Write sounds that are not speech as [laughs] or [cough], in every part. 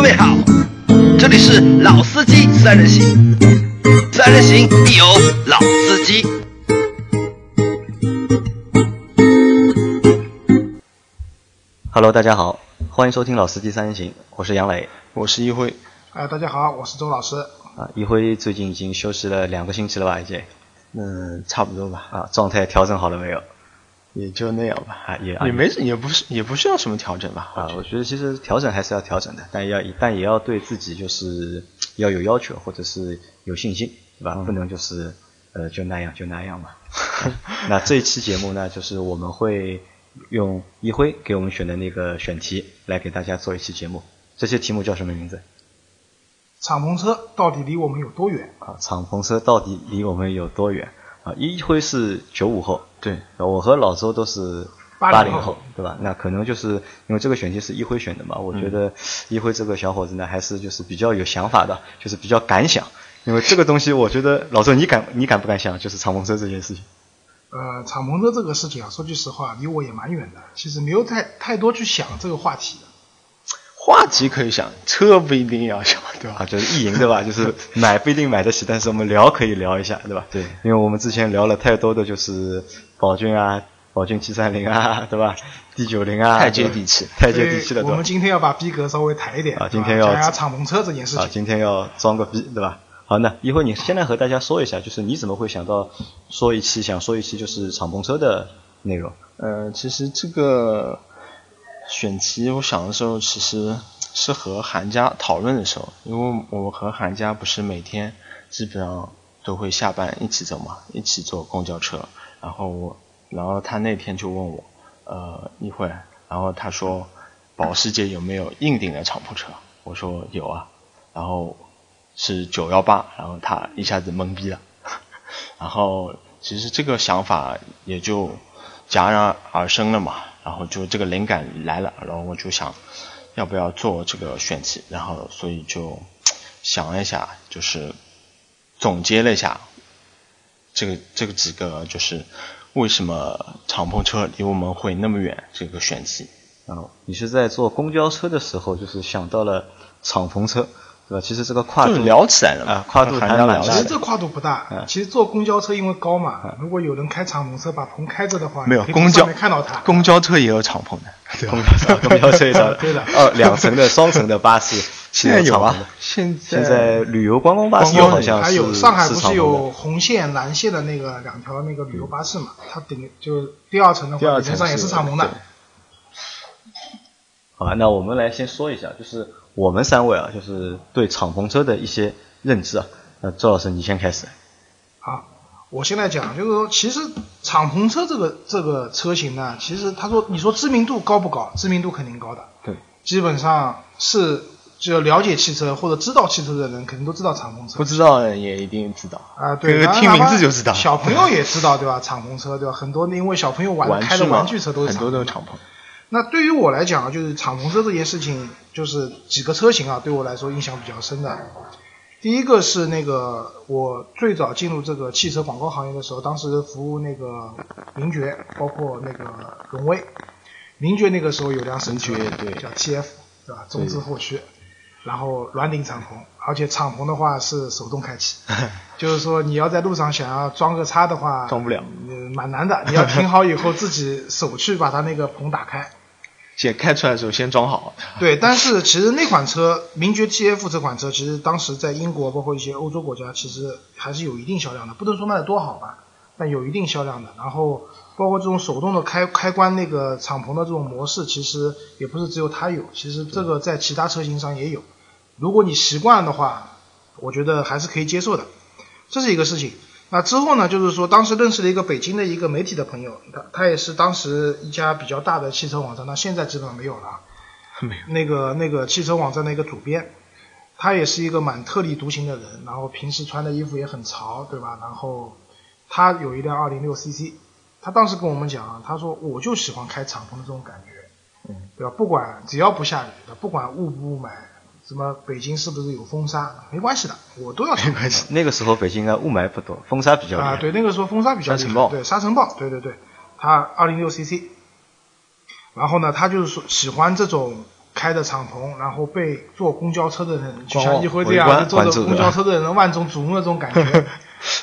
位好，这里是老司机三人行，三人行必有老司机。 Hello，大家好，欢迎收听《老司机三人行》，我是杨磊。我是一辉，哎，大家好，我是周老师。啊，一辉最近已经休息了两个星期了吧？已经嗯，差不多吧，啊，状态调整好了没有？也就那样吧，啊，也啊也没也不是也不需要什么调整吧。啊，我觉得其实调整还是要调整的，但要但也要对自己就是要有要求，或者是有信心，对嗯吧？不能就是呃就那样就那样嘛。 [laughs] 那这一期节目呢，就是我们会用一辉给我们选的那个选题来给大家做一期节目。这些题目叫什么名字？敞篷车到底离我们有多远？啊，敞篷车到底离我们有多远？啊，一辉是九五后，对，我和老周都是八80零后，对吧？那可能就是因为这个选题是一辉选的嘛，我嗯觉得一辉这个小伙子呢，还是就是比较有想法的，就是比较敢想。因为这个东西，我觉得老周你敢你敢不敢想，就是敞篷车这件事情呃，敞篷车这个事情啊，说句实话，离我也蛮远的。其实没有太太多去想这个话题的。话题可以想，车不一定要想，对吧？啊，就是意淫对吧？就是买不一定买得起，但是我们聊可以聊一下，对吧？对因为我们之前聊了太多的就是宝骏啊、宝骏七三零啊，对吧？D 九零啊，太接对吧地气太接地气了，对所以呃我吧们？今天要把逼格稍微抬一点啊对吧今天要讲一下敞篷车这件事啊，情。今天要装个逼，对吧？好，那一会儿你先来和大家说一下，就是你怎么会想到说一期想说一期就是敞篷车的内容？呃，其实这个选题，我想的时候其实是和韩佳讨论的时候，因为我和韩佳不是每天基本上都会下班一起走嘛，一起坐公交车。然后我，然后他那天就问我，呃，一会儿，然后他说，保时捷有没有硬顶的敞篷车？我说有啊，然后是九幺八，然后他一下子懵逼了。然后其实这个想法也就戛然而生了嘛，然后就这个灵感来了，然后我就想要不要做这个选题，然后所以就想了一下，就是总结了一下这个这个几个就是为什么敞篷车离我们会那么远这个选题。啊，你是在坐公交车的时候，就是想到了敞篷车，对吧？其实这个跨就度是 [laughs] 聊起来了嘛啊，跨度和韩还家蛮聊起其大来实的。了这跨度不嗯大，其实坐公交车因为高嘛，如果有人开敞篷车把棚开着的话，没有你可以公交从上面看到他。公交车也有敞篷的，对吧？公交车一张对的哦，两层的、双层的巴士，现在有啊啊。，现在现在旅游观光巴士观光好像还是有上海不是敞篷是有的嗯红线、蓝线的那个两条那个旅游巴士嘛？它顶就第二层的第话，二理层论上也是是敞篷的。好吧，那我们来先说一下，就是我们三位啊，就是对敞篷车的一些认知啊。那周老师，你先开始。好，我先来讲，就是说，其实敞篷车这个这个车型呢，其实他说，你说知名度高不高？知名度肯定高的，对，基本上是只有了解汽车或者知道汽车的人，肯定都知道敞篷车不。知道的也一定知道啊，对，这个然后听哪名怕字就知道。小朋友也知道，对吧？敞篷车，对吧？很多因为小朋友玩玩开的嘛玩具车都是很敞多篷都是的。敞篷。那对于我来讲啊，就是敞篷车这件事情，就是几个车型啊，对我来说印象比较深的。第一个是那个我最早进入这个汽车广告行业的时候，当时服务那个名爵，包括那个荣威。名爵那个时候有辆神车，名爵对叫 TF，对吧？中置后驱，然后软顶敞篷，而且敞篷的话是手动开 [laughs] 启，就是说你要在路上想要装个叉的话，装不了呃，蛮难的。你要停好以后自己手去把它那个棚打开。先开出来的时候先装好， [laughs] 对，但是其实那款车，名爵 TF 这款车，其实当时在英国，包括一些欧洲国家，其实还是有一定销量的，不能说卖的多好吧，但有一定销量的。然后包括这种手动的开开关那个敞篷的这种模式，其实也不是只有它有，其实这个在其他车型上也有。如果你习惯的话，我觉得还是可以接受的，这是一个事情。那之后呢，就是说当时认识了一个北京的一个媒体的朋友，他他也是当时一家比较大的汽车网站，那现在基本上没有了啊。那个那个汽车网站的一个主编，他也是一个蛮特立独行的人，然后平时穿的衣服也很潮，对吧？然后他有一辆2 0 6 CC，他当时跟我们讲啊，他说我就喜欢开敞篷的这种感觉，嗯，对吧？不管只要不下雨的，不管雾不雾霾，什么北京是不是有风沙，没关系的，我都要敞篷。那个时候北京应该雾霾不多，风沙比较厉害。啊，对，那个时候风沙比较厉害沙尘暴对，沙尘暴，对对对，它二零六 CC。然后呢，他就是说喜欢这种开的敞篷，然后被坐公交车的人，就观像望一辉这围样观坐关着注公的交车的人万众瞩目的这种感 [laughs] 觉，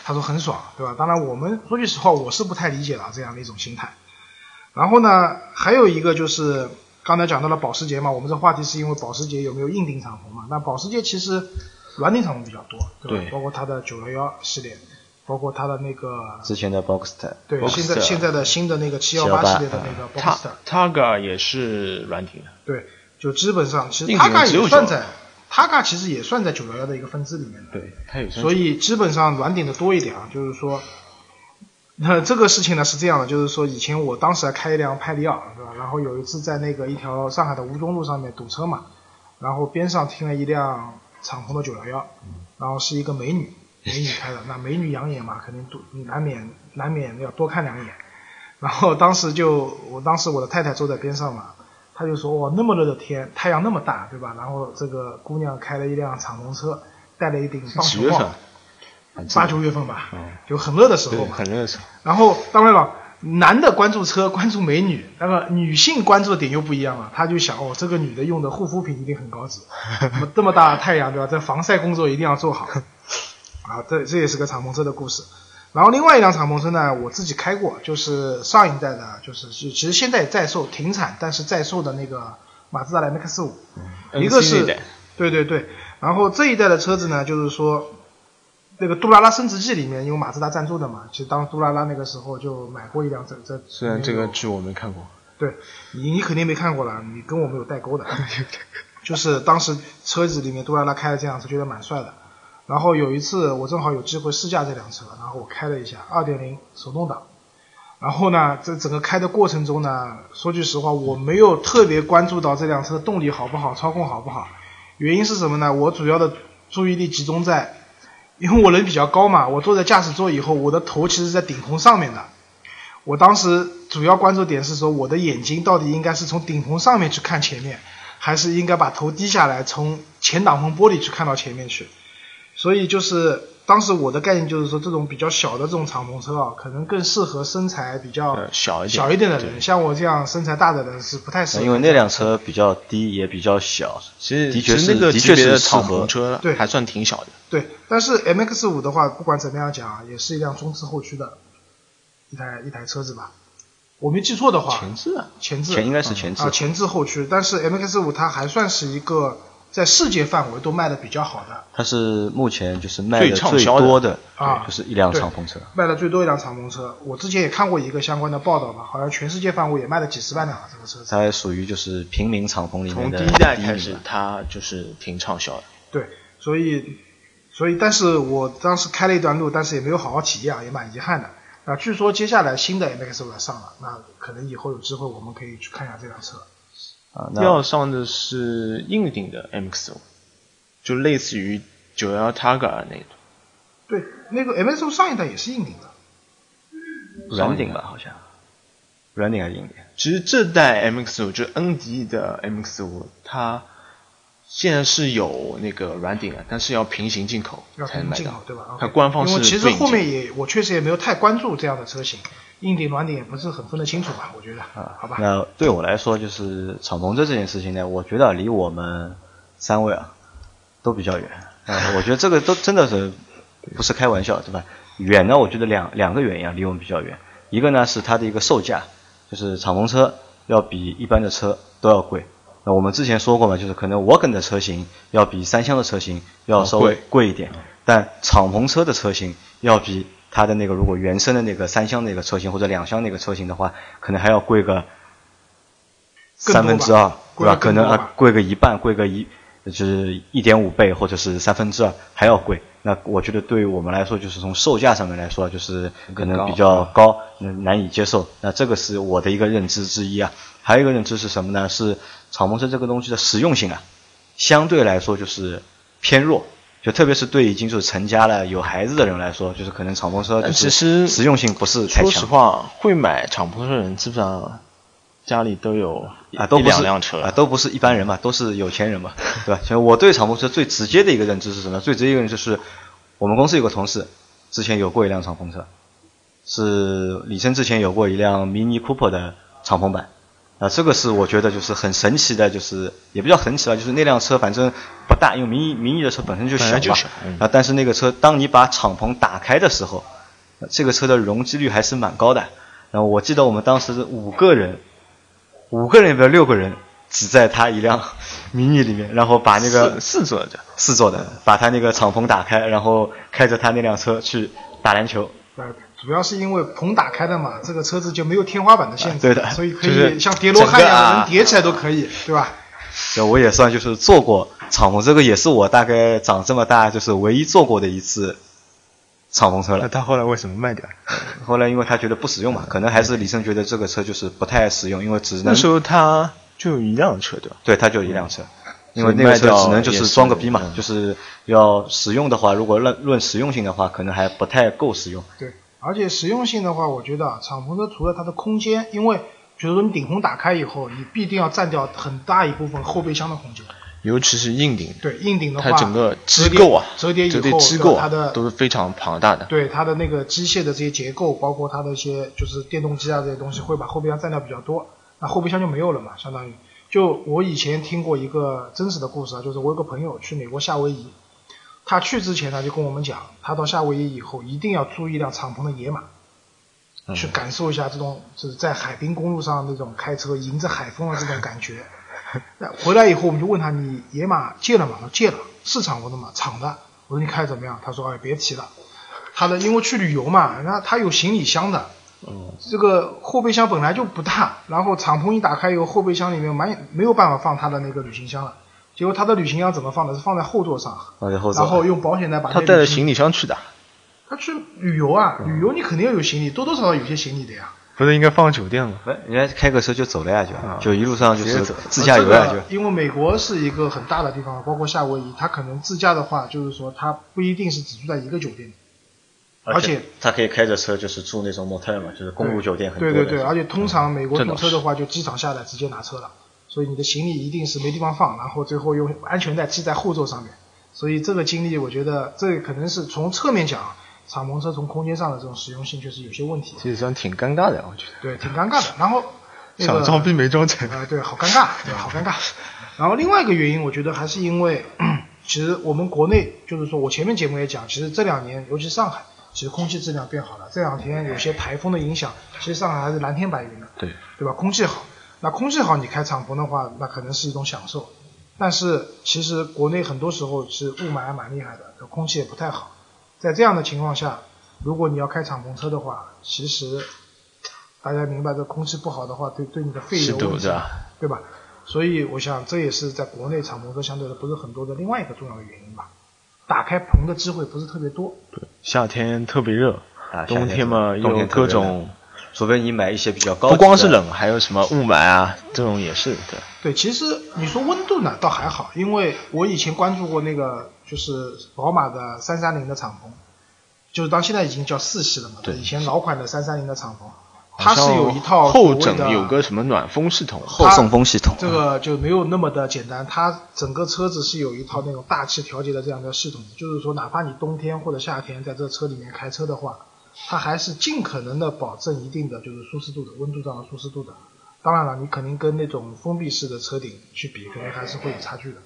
他说很爽，对吧？当然，我们说句实话，我是不太理解了这样的一种心态。然后呢，还有一个就是刚才讲到了保时捷嘛，我们这话题是因为保时捷有没有硬顶敞篷嘛？那保时捷其实软顶敞篷比较多，对吧？对包括它的911系列，包括它的那个之前的 Boxster，对现在 Boxster 现在的新的那个718 718系列的那个 b o 嗯它 x s t e r 啊 Targa 也是软啊顶的，对，就基本上其实硬塔顶卡只有也算911在塔卡其实也算在911的一个分支里面的。对，它有所以基本上软顶的多一点啊，就是说，那这个事情呢是这样的，就是说以前我当时还开一辆派利奥，对吧？然后有一次在那个一条上海的吴中路上面堵车嘛，然后边上停了一辆敞篷的九幺幺，然后是一个美女，美女开的，那美女养眼嘛，肯定多难免难免要多看两眼。然后当时就，我当时我的太太坐在边上嘛，她就说哇，那么热的天，太阳那么大，对吧？然后这个姑娘开了一辆敞篷车，戴了一顶棒几球月帽份，？啊嗯八九月份吧，就很热的时候对，嘛。哦很热的时候。然后当然了，男的关注车，关注美女，那么女性关注的点又不一样了。他就想，哦，这个女的用的护肤品一定很高级，那么这么大的太阳，对吧？这防晒工作一定要做好。 [laughs] 啊，这这也是个敞篷车的故事。然后另外一辆敞篷车呢，我自己开过，就是上一代的，就是其实现在也在售停产，但是在售的那个马自达的 MX 五，一个 NC 是那代对对对，然后这一代的车子呢，就是说那个杜拉拉升职记里面，因为马自达赞助的嘛，其实当杜拉拉那个时候就买过一辆这这，虽然啊这个剧我没看过，对你你肯定没看过了，你跟我们有代沟 [laughs] 的，就是当时车子里面杜拉拉开了这辆车，觉得蛮帅的。然后有一次我正好有机会试驾这辆车，然后我开了一下二点零手动挡，然后呢，这整个开的过程中呢，说句实话，我没有特别关注到这辆车的动力好不好，操控好不好。原因是什么呢？我主要的注意力集中在，因为我人比较高嘛，我坐在驾驶座以后，我的头其实是在顶棚上面的。我当时主要关注点是说，我的眼睛到底应该是从顶棚上面去看前面，还是应该把头低下来，从前挡风玻璃去看到前面去？所以就是当时我的概念就是说，这种比较小的这种敞篷车啊，可能更适合身材比较呃小一点小一点的人，对啊像我这样身材大的人是不太适合。因为那辆车比较低，也比较小，其实的确其是实那个的级确别的是适敞篷合。车对还算挺小的，对，但是 MX 五的话，不管怎么样讲啊，也是一辆中置后驱的一台一台车子吧。我没记错的话，前置啊，前置前应该是前置啊，前置后驱，但是 MX 五它还算是一个在世界范围都卖的比较好的，它是目前就是卖最的畅最销的多的，啊对就是一辆对敞篷车。卖的最多一辆敞篷车。我之前也看过一个相关的报道吧，好像全世界范围也卖了几十万辆啊这个车子。它属于就是平民敞篷里面从的第一代开第一始名吧它就是挺畅销的。对，所以，所以，但是我当时开了一段路，但是也没有好好体验啊，也蛮遗憾的。啊，据说接下来新的 MX 五要上了，那可能以后有机会我们可以去看一下这辆车。啊，那要上的是硬顶的 MX 五，就类似于九幺 Targa 那种。对，那个 MX 五上一代也是硬顶的，软顶吧，好像软顶还是硬顶？其实这代 MX 五就是恩迪的 MX 五，它现在是有那个软顶啊的，但是要平行进口要才平能买进到口。对吧？它官方因为是其不实引后进面也我确实也没有太关注这样的车型，硬顶软顶也不是很分得清楚吧？我觉得，啊，好吧，那对我来说，就是敞篷车这件事情呢，我觉得离我们三位啊都比较远。啊，我觉得这个都真的是不是开玩笑，对吧？远呢，我觉得两两个原因啊，离我们比较远。一个呢是它的一个售价，就是敞篷车要比一般的车都要贵。那我们之前说过嘛，就是可能 Wagon 的车型要比三厢的车型要稍微贵贵一点，但敞篷车的车型要比它的那个如果原生的那个三厢那个车型或者两厢那个车型的话，可能还要贵个更多吧三分之二，对吧？可贵得更能多吧啊贵个一半，贵个一呃就是一点五倍或者是三分之二还要贵。那我觉得对于我们来说，就是从售价上面来说，就是可能比较啊高，嗯难以接受。那这个是我的一个认知之一啊。还有一个认知是什么呢？是敞篷车这个东西的实用性啊，相对来说就是偏弱。就特别是对已经就是成家了有孩子的人来说，就是可能敞篷车就但是呃其实实用性不是太说强。实话，会买敞篷车的人基本上家里都有啊，都一不是两辆车啊，都不是一般人嘛，都是有钱人嘛，对吧？所 [laughs] 以我对敞篷车最直接的一个认知是什么？最直接一个认知就是，我们公司有个同事之前有过一辆敞篷车，是李生之前有过一辆 Mini Cooper 的敞篷版，啊、这个是我觉得就是很神奇的，就是也不叫神奇吧，就是那辆车反正不大，因为民意民意的车本身就本小来嘛，就小嗯啊，但是那个车当你把敞篷打开的时候，呃这个车的容积率还是蛮高的。然后我记得我们当时是五个人，五个人不是六个人挤在他一辆 [laughs] 迷你里面，然后把那个四四座的，四座的把他那个敞篷打开，然后开着他那辆车去打篮球。呃，主要是因为棚打开的嘛，这个车子就没有天花板的限制，啊对的所以可就以是像叠罗汉一整个啊样能叠起来都可以，对吧？对，我也算就是做过敞篷，这个也是我大概长这么大就是唯一做过的一次敞篷车那了。嗯他后来为什么卖掉了？后来因为他觉得不实用嘛，可能还是李胜觉得这个车就是不太实用，因为只那能时候他就有一辆车对吧？对他就一辆车，因所为以那个卖车掉只能就也是是装个逼嘛，嗯就是要实用的话，如果论论实用性的话，可能还不太够实用。对，而且实用性的话，我觉得啊，敞篷车除了它的空间，因为比如说你顶棚打开以后，你必定要占掉很大一部分后备箱的空间。尤其是硬顶，对，硬顶的话，它整个折机叠构啊，折叠以后机构它啊的都是非常庞大的。对它的那个机械的这些结构，包括它的一些就是电动机啊这些东西，会把后备箱占掉比较多，那后备箱就没有了嘛，相当于。就我以前听过一个真实的故事啊，就是我有个朋友去美国夏威夷，他去之前他就跟我们讲，他到夏威夷以后一定要租一辆敞篷的野马，去感受一下这种就是在海滨公路上那种开车迎着海风的啊这种感觉。 [laughs] 那回来以后，我们就问他：“你野马借了吗？”他说：“借了，是敞篷的嘛，敞的。”我说：“你开得怎么样？”他说：“哎，别提了，他的因为去旅游嘛，那他有行李箱的，这个后备箱本来就不大，然后敞篷一打开以后，后备箱里面蛮没有办法放他的那个旅行箱了。结果他的旅行箱怎么放的？是放在后座上，放在后座然后用保险带把他这带着旅行行李箱去的，他去旅游啊，旅游你肯定要有行李，多多少少有些行李的呀。不是应该放酒店吗？不，人家开个车就走了呀，就就一路上就直接是走自驾啊游呀，就啊这个因为美国是一个很大的地方，包括夏威夷，它可能自驾的话，就是说它不一定是只住在一个酒店，而且他可以开着车就是住那种 motel 嘛，就是公路酒店很多对的。对对，而且通嗯常美国这租倒车的话，就机场下来直接拿车了，所以你的行李一定是没地方放，然后最后用安全带系在后座上面。所以这个经历，我觉得这个可能是从侧面讲，啊敞篷车从空间上的这种实用性确实有些问题，其实算挺尴尬的，我觉得。对，挺尴尬的。然后那个 [laughs] 想装逼没装成，啊、对，好尴尬，对，好尴尬。然后另外一个原因，我觉得还是因为， [clears throat] 其实我们国内就是说，我前面节目也讲，其实这两年，尤其上海，其实空气质量变好了。这两天有些台风的影响，其实上海还是蓝天白云的，对，对吧？空气好，那空气好，你开敞篷的话，那可能是一种享受。但是其实国内很多时候是雾霾还蛮厉害的，空气也不太好。在这样的情况下，如果你要开敞篷车的话，其实大家明白，这空气不好的话，对对你的肺吸有毒问题对啊吧？对吧？所以我想这也是在国内敞篷车相对的不是很多的另外一个重要的原因吧。打开棚的机会不是特别多，夏天特别热，啊夏天冬天嘛冬又天有特别各种，除非你买一些比较高，不光是，冷，还有什么雾霾啊，这种也是对。对，其实你说温度呢，倒还好，因为我以前关注过那个就是宝马的三三零的敞篷，就是当现在已经叫四系了嘛，对以前老款的三三零的敞篷，它好像是有一套所后谓的枕有个什么暖风系统，啊后送风系统。啊这个就没有那么的简单，它整个车子是有一套那种大气调节的这样的系统，就是说，哪怕你冬天或者夏天在这车里面开车的话，它还是尽可能的保证一定的就是舒适度的温度上的舒适度的。当然了，你肯定跟那种封闭式的车顶去比，肯定还是会有差距的。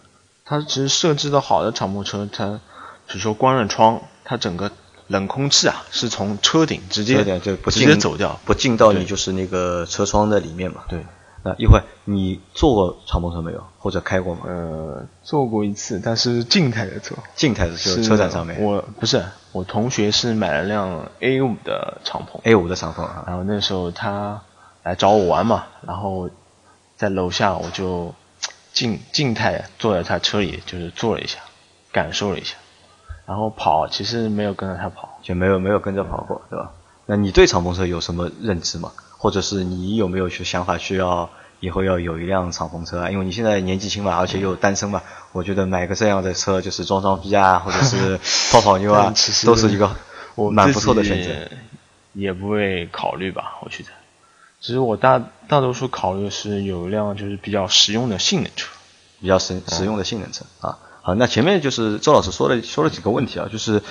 它其实设置的好的敞篷车，它比如说关了窗，它整个冷空气啊是从车顶直这接点就不直进接走掉，不进到你对就是那个车窗的里面嘛。对。那一会儿你坐过敞篷车没有，或者开过吗？呃，坐过一次，但是静态的坐，静态的就是是车展上面我不是我同学是买了辆 A 五的敞篷， ，A 五的敞篷啊，然后那时候他来找我玩嘛，然后在楼下我就静静态坐在他车里，就是坐了一下，感受了一下，然后跑其实没有跟着他跑，就没有没有跟着跑过，对吧？那你对敞篷车有什么认知吗？或者是你有没有去想法需要以后要有一辆敞篷车啊？因为你现在年纪轻嘛，而且又单身嘛，我觉得买个这样的车就是装装逼啊，或者 [laughs] 是泡泡妞啊但其，实都是一个我蛮自不错的己选择。也不会考虑吧，我觉得。其实我大大多数考虑是有一辆就是比较实用的性能车，比较实实用的性能车啊。好，那前面就是周老师说了说了几个问题啊，就是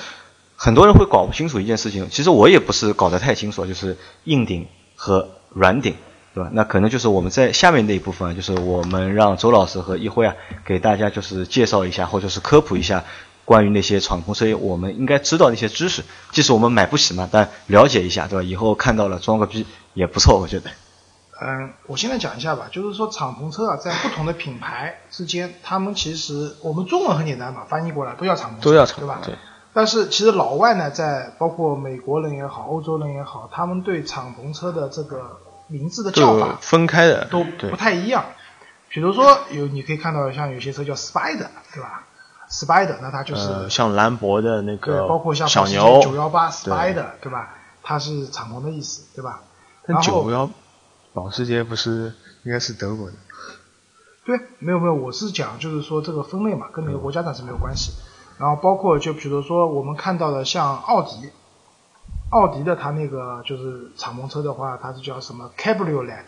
很多人会搞不清楚一件事情，其实我也不是搞得太清楚啊，就是硬顶和软顶对吧？那可能就是我们在下面那一部分啊，就是我们让周老师和一辉啊，给大家就是介绍一下，或者是科普一下关于那些敞篷车，我们应该知道的一些知识。即使我们买不起嘛，但了解一下，对吧？以后看到了装个逼也不错，我觉得。嗯，我现在讲一下吧，就是说敞篷车啊，在不同的品牌之间，他们其实我们中文很简单嘛，翻译过来都叫敞篷车，都要敞对吧？对。但是其实老外呢，在包括美国人也好，欧洲人也好，他们对敞篷车的这个名字的都叫有法分开的，都对呃不太一样。比如说有你可以看到像有些车叫 Spider，对吧？Spider 那它就是、呃，像兰博的那对，个包括像小九牛，幺八 Spider 对吧？它是敞篷的意思对吧？但然后九幺保时捷不是应该是德国的？对，没有没有，我是讲就是说这个分类嘛，跟每个国家暂时没有关系。然后包括就比如说我们看到的像奥迪，奥迪的它那个就是敞篷车的话，它是叫什么 Cabriolet，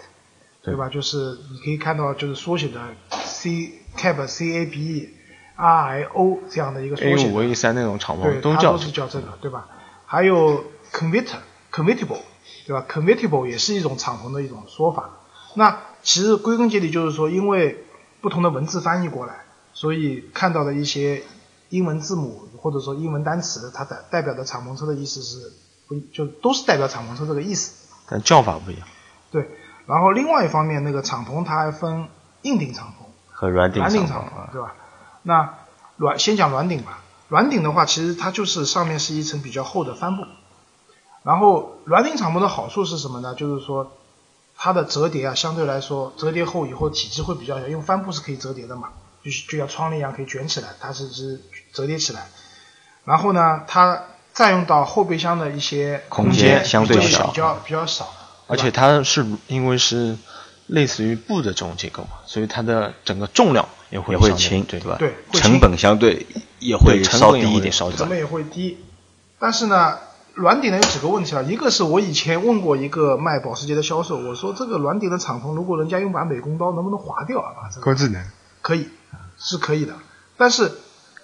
对吧？就是你可以看到就是缩写的 C Cab C A B E R I O 这样的一个缩 A 写的五 A 三那种敞对，篷它叫都是叫这个，对吧？还有 convert convertible，对吧？convertible 也是一种敞篷的一种说法。那其实归根结底就是说，因为不同的文字翻译过来，所以看到的一些英文字母或者说英文单词，它代代表的敞篷车的意思是不就都是代表敞篷车这个意思。但叫法不一样。对，然后另外一方面，那个敞篷它还分硬顶敞篷。和软顶软顶敞敞篷啊篷，对吧？那软先讲软顶吧。软顶的话，其实它就是上面是一层比较厚的帆布。然后软顶敞篷的好处是什么呢？就是说它的折叠啊，相对来说折叠后以后体积会比较小，因为帆布是可以折叠的嘛，就是就像窗帘一样可以卷起来，它是是折叠起来。然后呢，它占用到后备箱的一些空间间比相对较小比较比较少。而且它是因为是类似于布的这种结构嘛，所以它的整个重量也会也会相对轻，对吧？对会轻成本相对也会成稍本也低会一点，稍低成本也会低。但是呢，软顶呢有几个问题啊，一个是我以前问过一个卖保时捷的销售，我说这个软顶的敞篷，如果人家用把美工刀，能不能划掉啊？把这个智能，可以，是可以的。但是，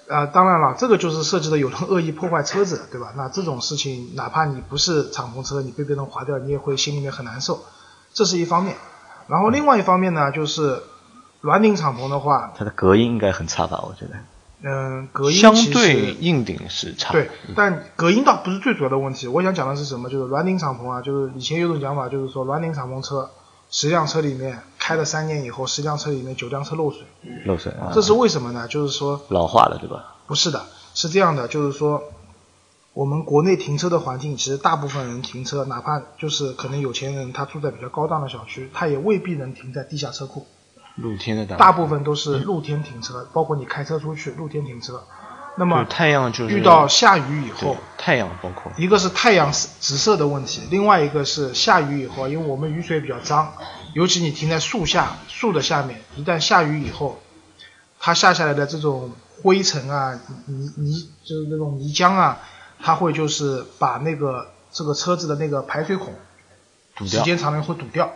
呃，当然了，这个就是涉及到有人恶意破坏车子，对吧？那这种事情，哪怕你不是敞篷车，你被别人划掉，你也会心里面很难受，这是一方面。然后另外一方面呢，就是软顶敞篷的话，它的隔音应该很差吧？我觉得。嗯、隔音相其实对硬顶是差。对，但隔音倒不是最主要的问题。我想讲的是什么？就是软顶敞篷啊，就是以前有种讲法，就是说软顶敞篷车，十辆车里面开了三年以后，十辆车里面九辆车漏水，漏水嗯啊，这是为什么呢？就是说老化了，对吧？不是的，是这样的，就是说我们国内停车的环境，其实大部分人停车，哪怕就是可能有钱人他住在比较高档的小区，他也未必能停在地下车库。露天的大部分都是露天停车，包括你开车出去露天停车。那就么太阳就是遇到下雨以后对，太阳包括一个是太阳直射的问题，另外一个是下雨以后，因为我们雨水比较脏，尤其你停在树下、树的下面，一旦下雨以后，它下下来的这种灰尘啊、泥泥就是那种泥浆啊，它会就是把那个这个车子的那个排水孔，堵时掉。嗯间长了会堵掉。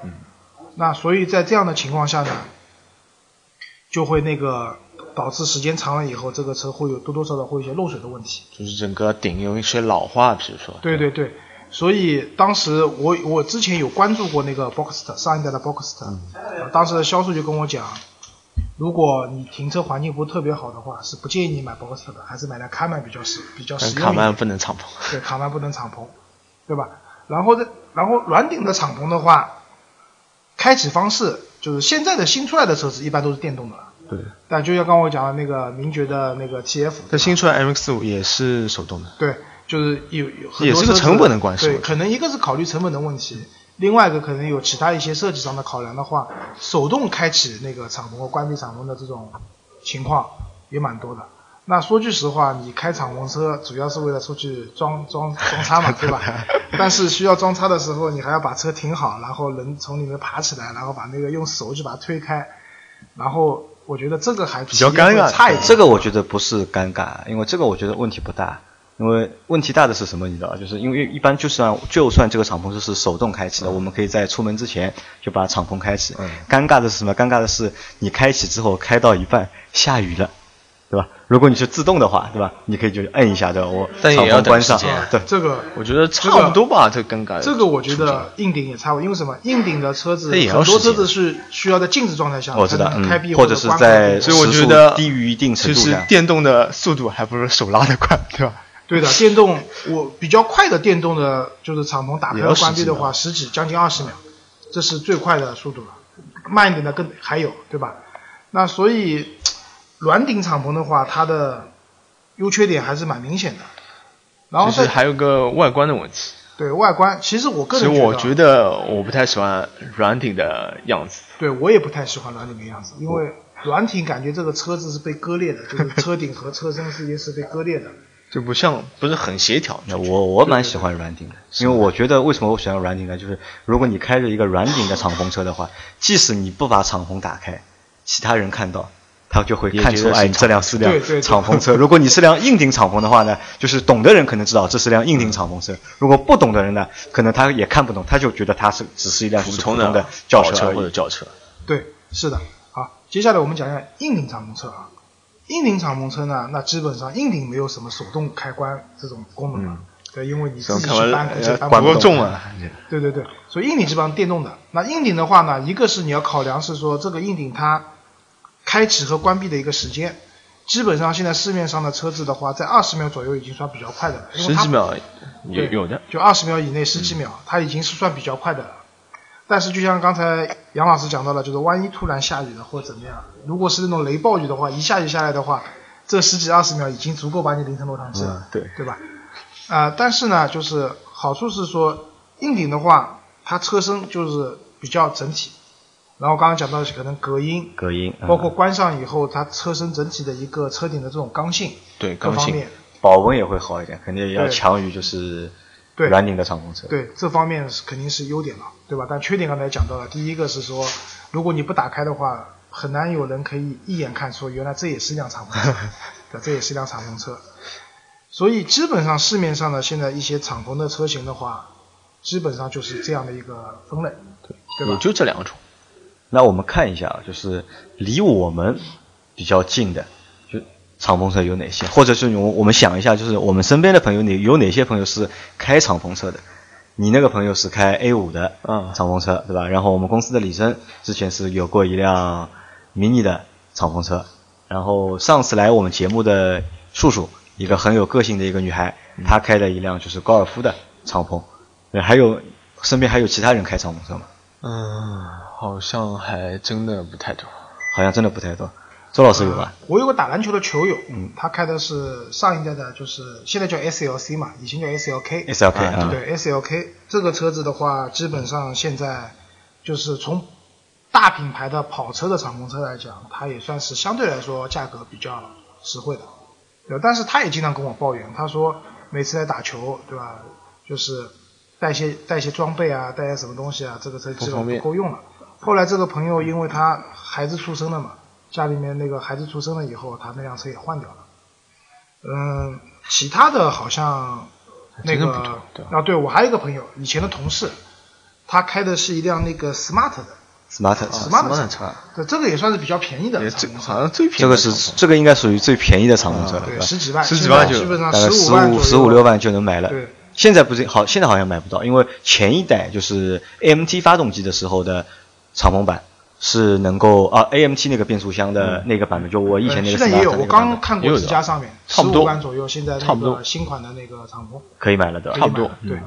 那所以在这样的情况下呢，就会那个导致时间长了以后，这个车会有多多少少会有一些漏水的问题。就是整个顶有一些老化，比如说，对对对，所以当时我我之前有关注过那个 Boxster 上一代的 Boxster，、呃嗯当时的销售就跟我讲，如果你停车环境不是特别好的话，是不建议你买 Boxster 的，还是买辆卡曼比较实比较但实卡用一曼点。不能敞篷，对，卡曼不能敞篷，对吧？然后呢，然后软顶的敞篷的话，开启方式就是现在的新出来的车子一般都是电动的了。对。但就像刚刚我讲的那个名爵的那个 TF，但新出来 MX 五也是手动的，对，就是有有很多也是个车子成本的关系对，我觉得可能一个是考虑成本的问题，另外一个可能有其他一些设计上的考量的话，手动开启那个敞篷和关闭敞篷的这种情况也蛮多的。那说句实话，你开敞篷车主要是为了出去装装装叉嘛， [laughs] 对吧？但是需要装叉的时候，你还要把车停好，然后人从里面爬起来，然后把那个用手去把它推开，然后我觉得这个还比较尴尬差一点。这个我觉得不是尴尬，因为这个我觉得问题不大。因为问题大的是什么？你知道吧，就是因为一般就算就算这个敞篷车是手动开启的，嗯我们可以在出门之前就把敞篷开启。尴尬的是什么？尴尬的是你开启之后开到一半下雨了，对吧？如果你是自动的话，对吧？你可以就摁一下，对吧？我但也敞要篷等关时上间，对，这个我觉得差不多吧，这更改这个我觉得硬顶也差不多，因为什么？硬顶的车子它也要很多时间车子是需要在静止状态下我知道，才嗯能开闭，或者是关在闭。所以我时觉速得低于一定程度其实上，电动的速度还不如手拉的快，对吧？对的，电动我比较快的电动的，就是敞篷打开也要和十关闭几的秒话，十几将近二十秒，这是最快的速度了。慢一点的更还有，对吧？那所以软顶敞篷的话，它的优缺点还是蛮明显的。然后就是在还有个外观的问题。对外观，其实我个其实人我觉啊觉得我不太喜欢软顶的样子，对我也不太喜欢软顶的样子，因为软顶感觉这个车子是被割裂的， [laughs] 就是车顶和车身之间是被割裂的。就不像不是很协调。那我我蛮喜欢软顶的，因为我觉得为什么我喜欢软顶呢？就是如果你开着一个软顶的敞篷车的话，即使你不把敞篷打开，其他人看到。他就会也看觉出得是哎，你这辆是辆对对对敞篷车。如果你是辆硬顶敞篷的话呢，就是懂的人可能知道这是辆硬顶敞篷车；如果不懂的人呢，可能他也看不懂，他就觉得它是只是一辆普是通的的轿跑车车而已或者轿车，对，是的。好，接下来我们讲一下硬顶敞篷车啊。硬顶敞篷车呢，那基本上硬顶没有什么手动开关这种功能了。对，因为你自己看去完搬，估计嗯呃搬管不不动重啊，对对对，所以硬顶基本上电动的。那硬顶的话呢，一个是你要考量是说这个硬顶它开启和关闭的一个时间，基本上现在市面上的车子的话，在二十秒左右已经算比较快的了，因为十它几秒有对有的。就二十秒以内十几秒，它已经是算比较快的了。但是就像刚才杨老师讲到了，就是万一突然下雨了或怎么样，如果是那种雷暴雨的话，一下雨下来的话，这十几二十秒已经足够把你淋成落汤鸡了。对，对吧？啊、但是呢，就是好处是说，硬顶的话，它车身就是比较整体，然后刚刚讲到的是可能隔音，隔音，嗯包括关上以后，它车身整体的一个车顶的这种刚性，对各刚方性面，保温也会好一点，肯定也要对强于就是对软顶的敞篷车。对这方面是肯定是优点了，对吧？但缺点刚才讲到了，第一个是说，如果你不打开的话，很难有人可以一眼看出原来这也是一辆敞篷 [laughs] 车，对，这也是一辆敞篷车。所以基本上市面上的现在一些敞篷的车型的话，基本上就是这样的一个分类，对也嗯吧？就这两种。那我们看一下，啊，就是离我们比较近的，就敞篷车有哪些，或者是我我们想一下，就是我们身边的朋友哪有哪些朋友是开敞篷车的？你那个朋友是开 A 五的，嗯敞篷车对吧？然后我们公司的李生之前是有过一辆 mini 的敞篷车，然后上次来我们节目的树树，一个很有个性的一个女孩，她开了一辆就是高尔夫的敞篷，对还有身边还有其他人开敞篷车吗？嗯，好像还真的不太多。好像真的不太多。周老师有吧？我有个打篮球的球友，嗯他开的是上一代的，就是现在叫 SLC 嘛，以前叫 SLK。 S L K 啊，对 SLK 这个车子的话，基本上现在就是从大品牌的跑车的敞篷车来讲，它也算是相对来说价格比较实惠的。对，但是他也经常跟我抱怨，他说每次来打球，对吧？就是带些带些装备啊，带些什么东西啊，这个车基不方本便不够用了。后来这个朋友因为他孩子出生了嘛，家里面那个孩子出生了以后，他那辆车也换掉了。嗯，其他的好像那真的个不多对吧啊，对我还有一个朋友，以前的同事，他开的是一辆那个 smart 的， ，Smart 啊 Smart 的车，对，这个也算是比较便宜的也敞最篷好车，像最便宜这的个敞是篷。这个应该属于最便宜的敞篷车了，对，吧？十几万，十几现在万就基本上大概五十万五左右十五六万就能买了。对现在不是好，现在好像买不到，因为前一代就是 AMT 发动机的时候的敞篷版是能够啊 AMT 那个变速箱的嗯那个版本，就我以前那个现在也 Smart 有，那我个版刚本看也过有几的家上面，十差不五多万左右，现在差那不多个新款的那个敞篷，可以买了，对吧？差不多可以买嗯对。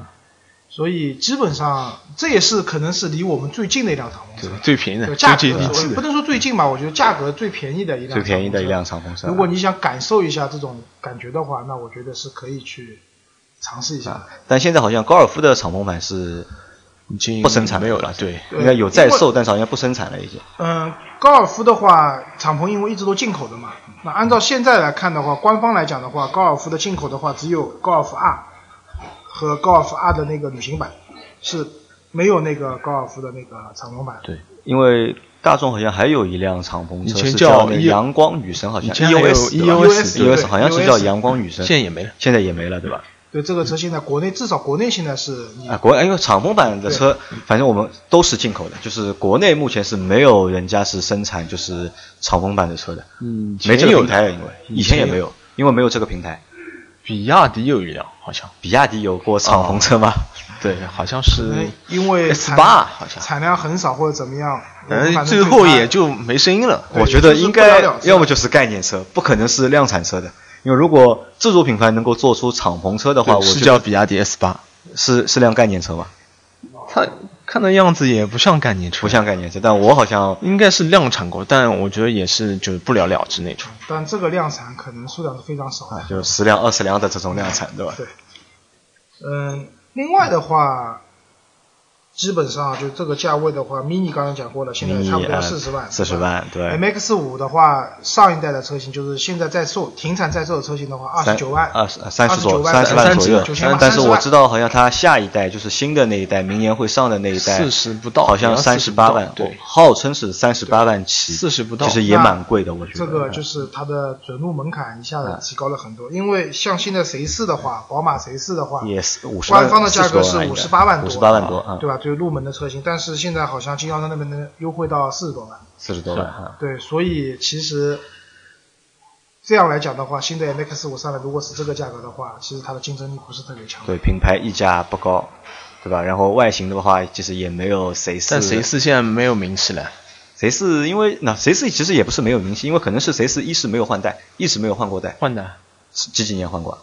所以基本上这也是可能是离我们最近的一辆敞篷车，对，最便宜的，对最价接格地我气不的。能说最近吧，我觉得价格最便宜的一辆最便宜的一辆敞敞篷篷车。车。如果你想感受一下这种感觉的话，那我觉得是可以去尝试一下的。但现在好像高尔夫的敞篷版是已经不生产了没有了，对，对应该有在因为售，但是好像不生产了已经。嗯，高尔夫的话，敞篷因为一直都进口的嘛，那按照现在来看的话，官方来讲的话，高尔夫的进口的话，只有高尔夫 R 和高尔夫 R 的那个旅行版，是没有那个高尔夫的那个敞篷版。对，因为大众好像还有一辆敞篷车以前是叫那 E- 阳光女神，好像以前还有 E EOS 对吧 E EOS 对 EOS 好像是叫阳光女神，E 现在也没了。现在也没了对吧？对这个车现在国内至少国内现在是你啊，国哎，因为敞篷版的车，反正我们都是进口的，就是国内目前是没有人家是生产就是敞篷版的车的，嗯以前没这个有平台了，啊因为以前也没有，因为没有这个平台。比亚迪有一辆，好像比亚迪有过敞篷车吗？对，好像是嗯，因为产 S8 好像产量很少或者怎么样，反正反正最后也就没声音了。[laughs] 对我觉得就是应不了该了之要么就是概念车，不可能是量产车的。因为如果自主品牌能够做出敞篷车的话，我是觉叫得比亚迪 S 八，是是辆概念车吧，它看那样子也不像概念车，不像概念车。但我好像应该是量产过，但我觉得也是就是不了了之那种。但这个量产可能数量是非常少的。哎啊，就十辆二十辆的这种量产，对吧？对嗯，另外的话，基本上就这个价位的话，mini 刚才讲过了，现在差不多四十万，呃四十是吧。哎万，对， MX 五的话，上一代的车型就是现在在售停产在售的车型的话，二十九万，二十嗯三十左29万三十万左右39万。但是39万我知道，好像它下一代就是新的那一代，明年会上的那一代， 40不到好像好像三十八40万不到，对号称是三十八万起， 40不到其实也蛮贵的，我觉得。这个就是它的准入门槛一下子提高了很多。因为像现在 C 四的话，宝马 C 四的话，也是五十万，官方的价格是五十八万五多，十八万多啊，对吧？就是入门的车型，但是现在好像经销商那边能优惠到四十多万，四十多万啊。对，所以其实这样来讲的话，新的 MX 五上来如果是这个价格的话，其实它的竞争力不是特别强。对，品牌溢价不高，对吧？然后外形的话，其实也没有 C 四，但 C 四现在没有名气了， C 四，因为那 C 四其实也不是没有名气，因为可能是 C 四一是没有换代，一直没有换过代，换的是几几年换过啊？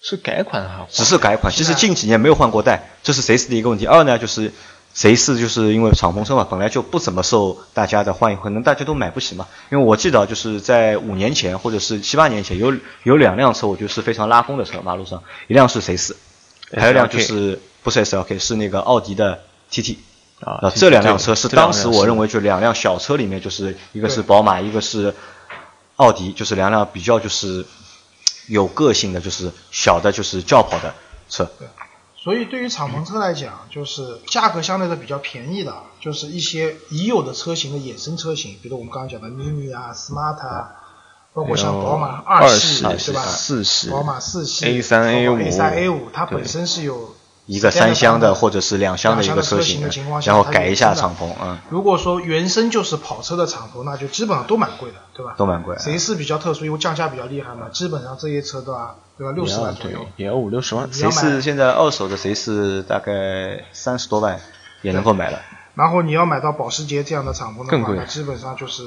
是改款还只是改款，其实近几年没有换过代，这是 C 四的一个问题。二呢，就是 C 四就是因为敞篷车嘛，本来就不怎么受大家的欢迎，可能大家都买不起嘛。因为我记得就是在五年前或者是七八年前，有有两辆车我觉得是非常拉风的车，马路上一辆是 C 四，还有一辆就是不是 SLK 是那个奥迪的 TT。啊那这呃这两辆车是这两当辆时我是认为就两辆小车里面，就是一个是对宝马，一个是奥迪，就是两辆比较就是有个性的，就是小的，就是轿跑的车。所以对于敞篷车来讲，就是价格相对是比较便宜的，就是一些已有的车型的衍生车型，比如我们刚刚讲的 Mini 啊、Smart 啊，包括像宝马二系，系对吧？四系宝马四系 A3 A5 A 三 A 五，它本身是有一个三厢的的或者是两厢的一个车型的情况，下，然后它改一原下生的敞篷，嗯，如果说原生就是跑车的敞篷，那就基本上都蛮贵的，对吧？都蛮啊贵。谁是比较特殊，因为降价比较厉害嘛，基本上这些车都啊，对吧？六也十要万左对右。也要五六十万，你谁要买是现在二手的，谁是大概三十多万也能够买了。然后你要买到保时捷这样的敞篷的更话，贵那基本上就是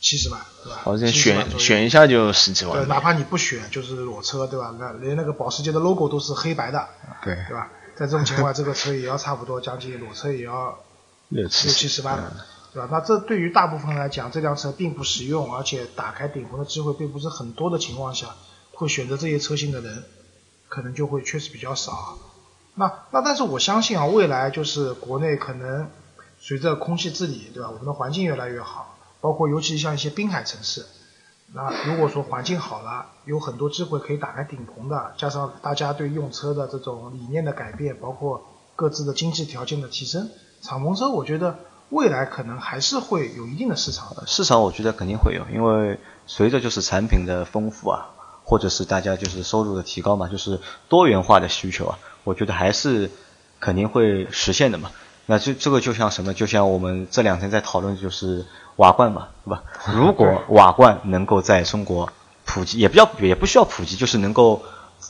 七十万，对吧？好像70万左选右选一下就十几对，万，哪怕你不选，就是裸车，对吧？那连那个保时捷的 logo 都是黑白的，对，对吧？在这种情况下，这个车也要差不多将近裸车也要六七六七十嗯万了，对吧？那这对于大部分人来讲，这辆车并不实用，而且打开顶棚的机会并不是很多的情况下，会选择这些车型的人，可能就会确实比较少。啊那那但是我相信啊，未来就是国内可能随着空气治理，对吧？我们的环境越来越好，包括尤其像一些滨海城市，那如果说环境好了，有很多机会可以打开顶棚的，加上大家对用车的这种理念的改变，包括各自的经济条件的提升，敞篷车我觉得未来可能还是会有一定的市场的。市场我觉得肯定会有，因为随着就是产品的丰富啊，或者是大家就是收入的提高嘛，就是多元化的需求啊，我觉得还是肯定会实现的嘛。那这这个就像什么？就像我们这两天在讨论就是瓦罐嘛，对吧？如果瓦罐能够在中国普及，也不要也不需要普及，就是能够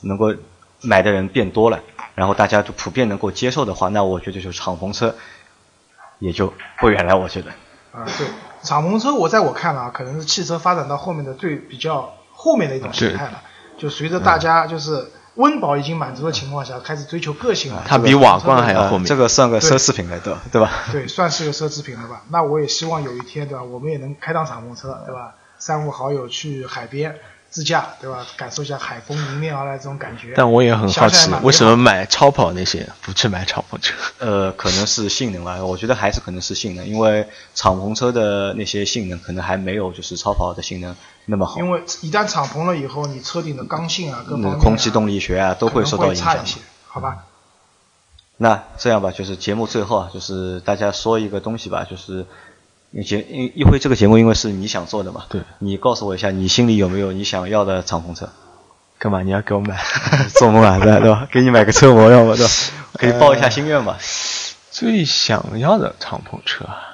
能够买的人变多了，然后大家就普遍能够接受的话，那我觉得就是敞篷车也就不远了。我觉得，啊，对，敞篷车我在我看来啊，可能是汽车发展到后面的最比较后面的一种形态了。就随着大家就是温饱已经满足的情况下，开始追求个性了。它这比个瓦敞篷车罐还要呃后面这个算个对奢侈品来的，对 [laughs] 吧？ [laughs] 对，算是个奢侈品了吧？那我也希望有一天，对吧？我们也能开辆敞篷车，对吧？三五好友去海边自驾，对吧？感受一下海风迎面而来这种感觉。但我也很好想起奇来蛮，为什美么好买超跑那些不去买敞篷车？呃，可能是性能吧，我觉得还是可能是性能，因为敞篷车的那些性能可能还没有就是超跑的性能那么好因，为一旦敞篷了以后，你车顶的刚性啊，各方面、嗯啊、空气动力学啊都可会能受到会影差响嗯一。些，好吧？那这样吧，就是节目最后啊，就是大家说一个东西吧，就是你节一一辉这个节目因为是你想做的嘛，对，呃你告诉我一下你心里有没有你想要的敞篷车？干嘛？你要给 [laughs] 我买？做梦啊，对吧？对吧？给你买个车模，要么对吧？可以报一下心愿嘛？最想要的敞篷车，啊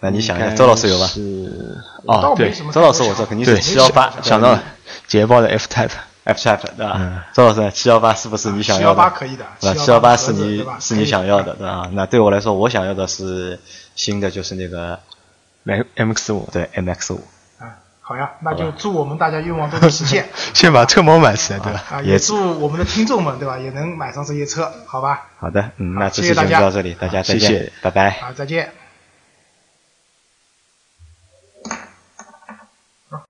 那你想一下，周老师有吧？啊是倒哦，没对什么周老师我知道肯定是对七幺八，想到了，呃捷豹的 F Type， F Type 对嗯吧？周老师呢，七幺八是不是你想要的？ 718可以的对吧？ 718七幺八是盒子你对吧是你想要的，对吧？那对我来说，我想要的是新的，就是那个买 MX 五。对 MX 五，啊，好呀，那就祝我们大家愿望都能 [laughs] 实现先把车模买起来，对吧？啊，也也祝我们的听众们对吧，也能买上这些车，好吧？好的，嗯，那这谢期节谢大目家到这里，大家再见，谢谢拜拜。啊，再见。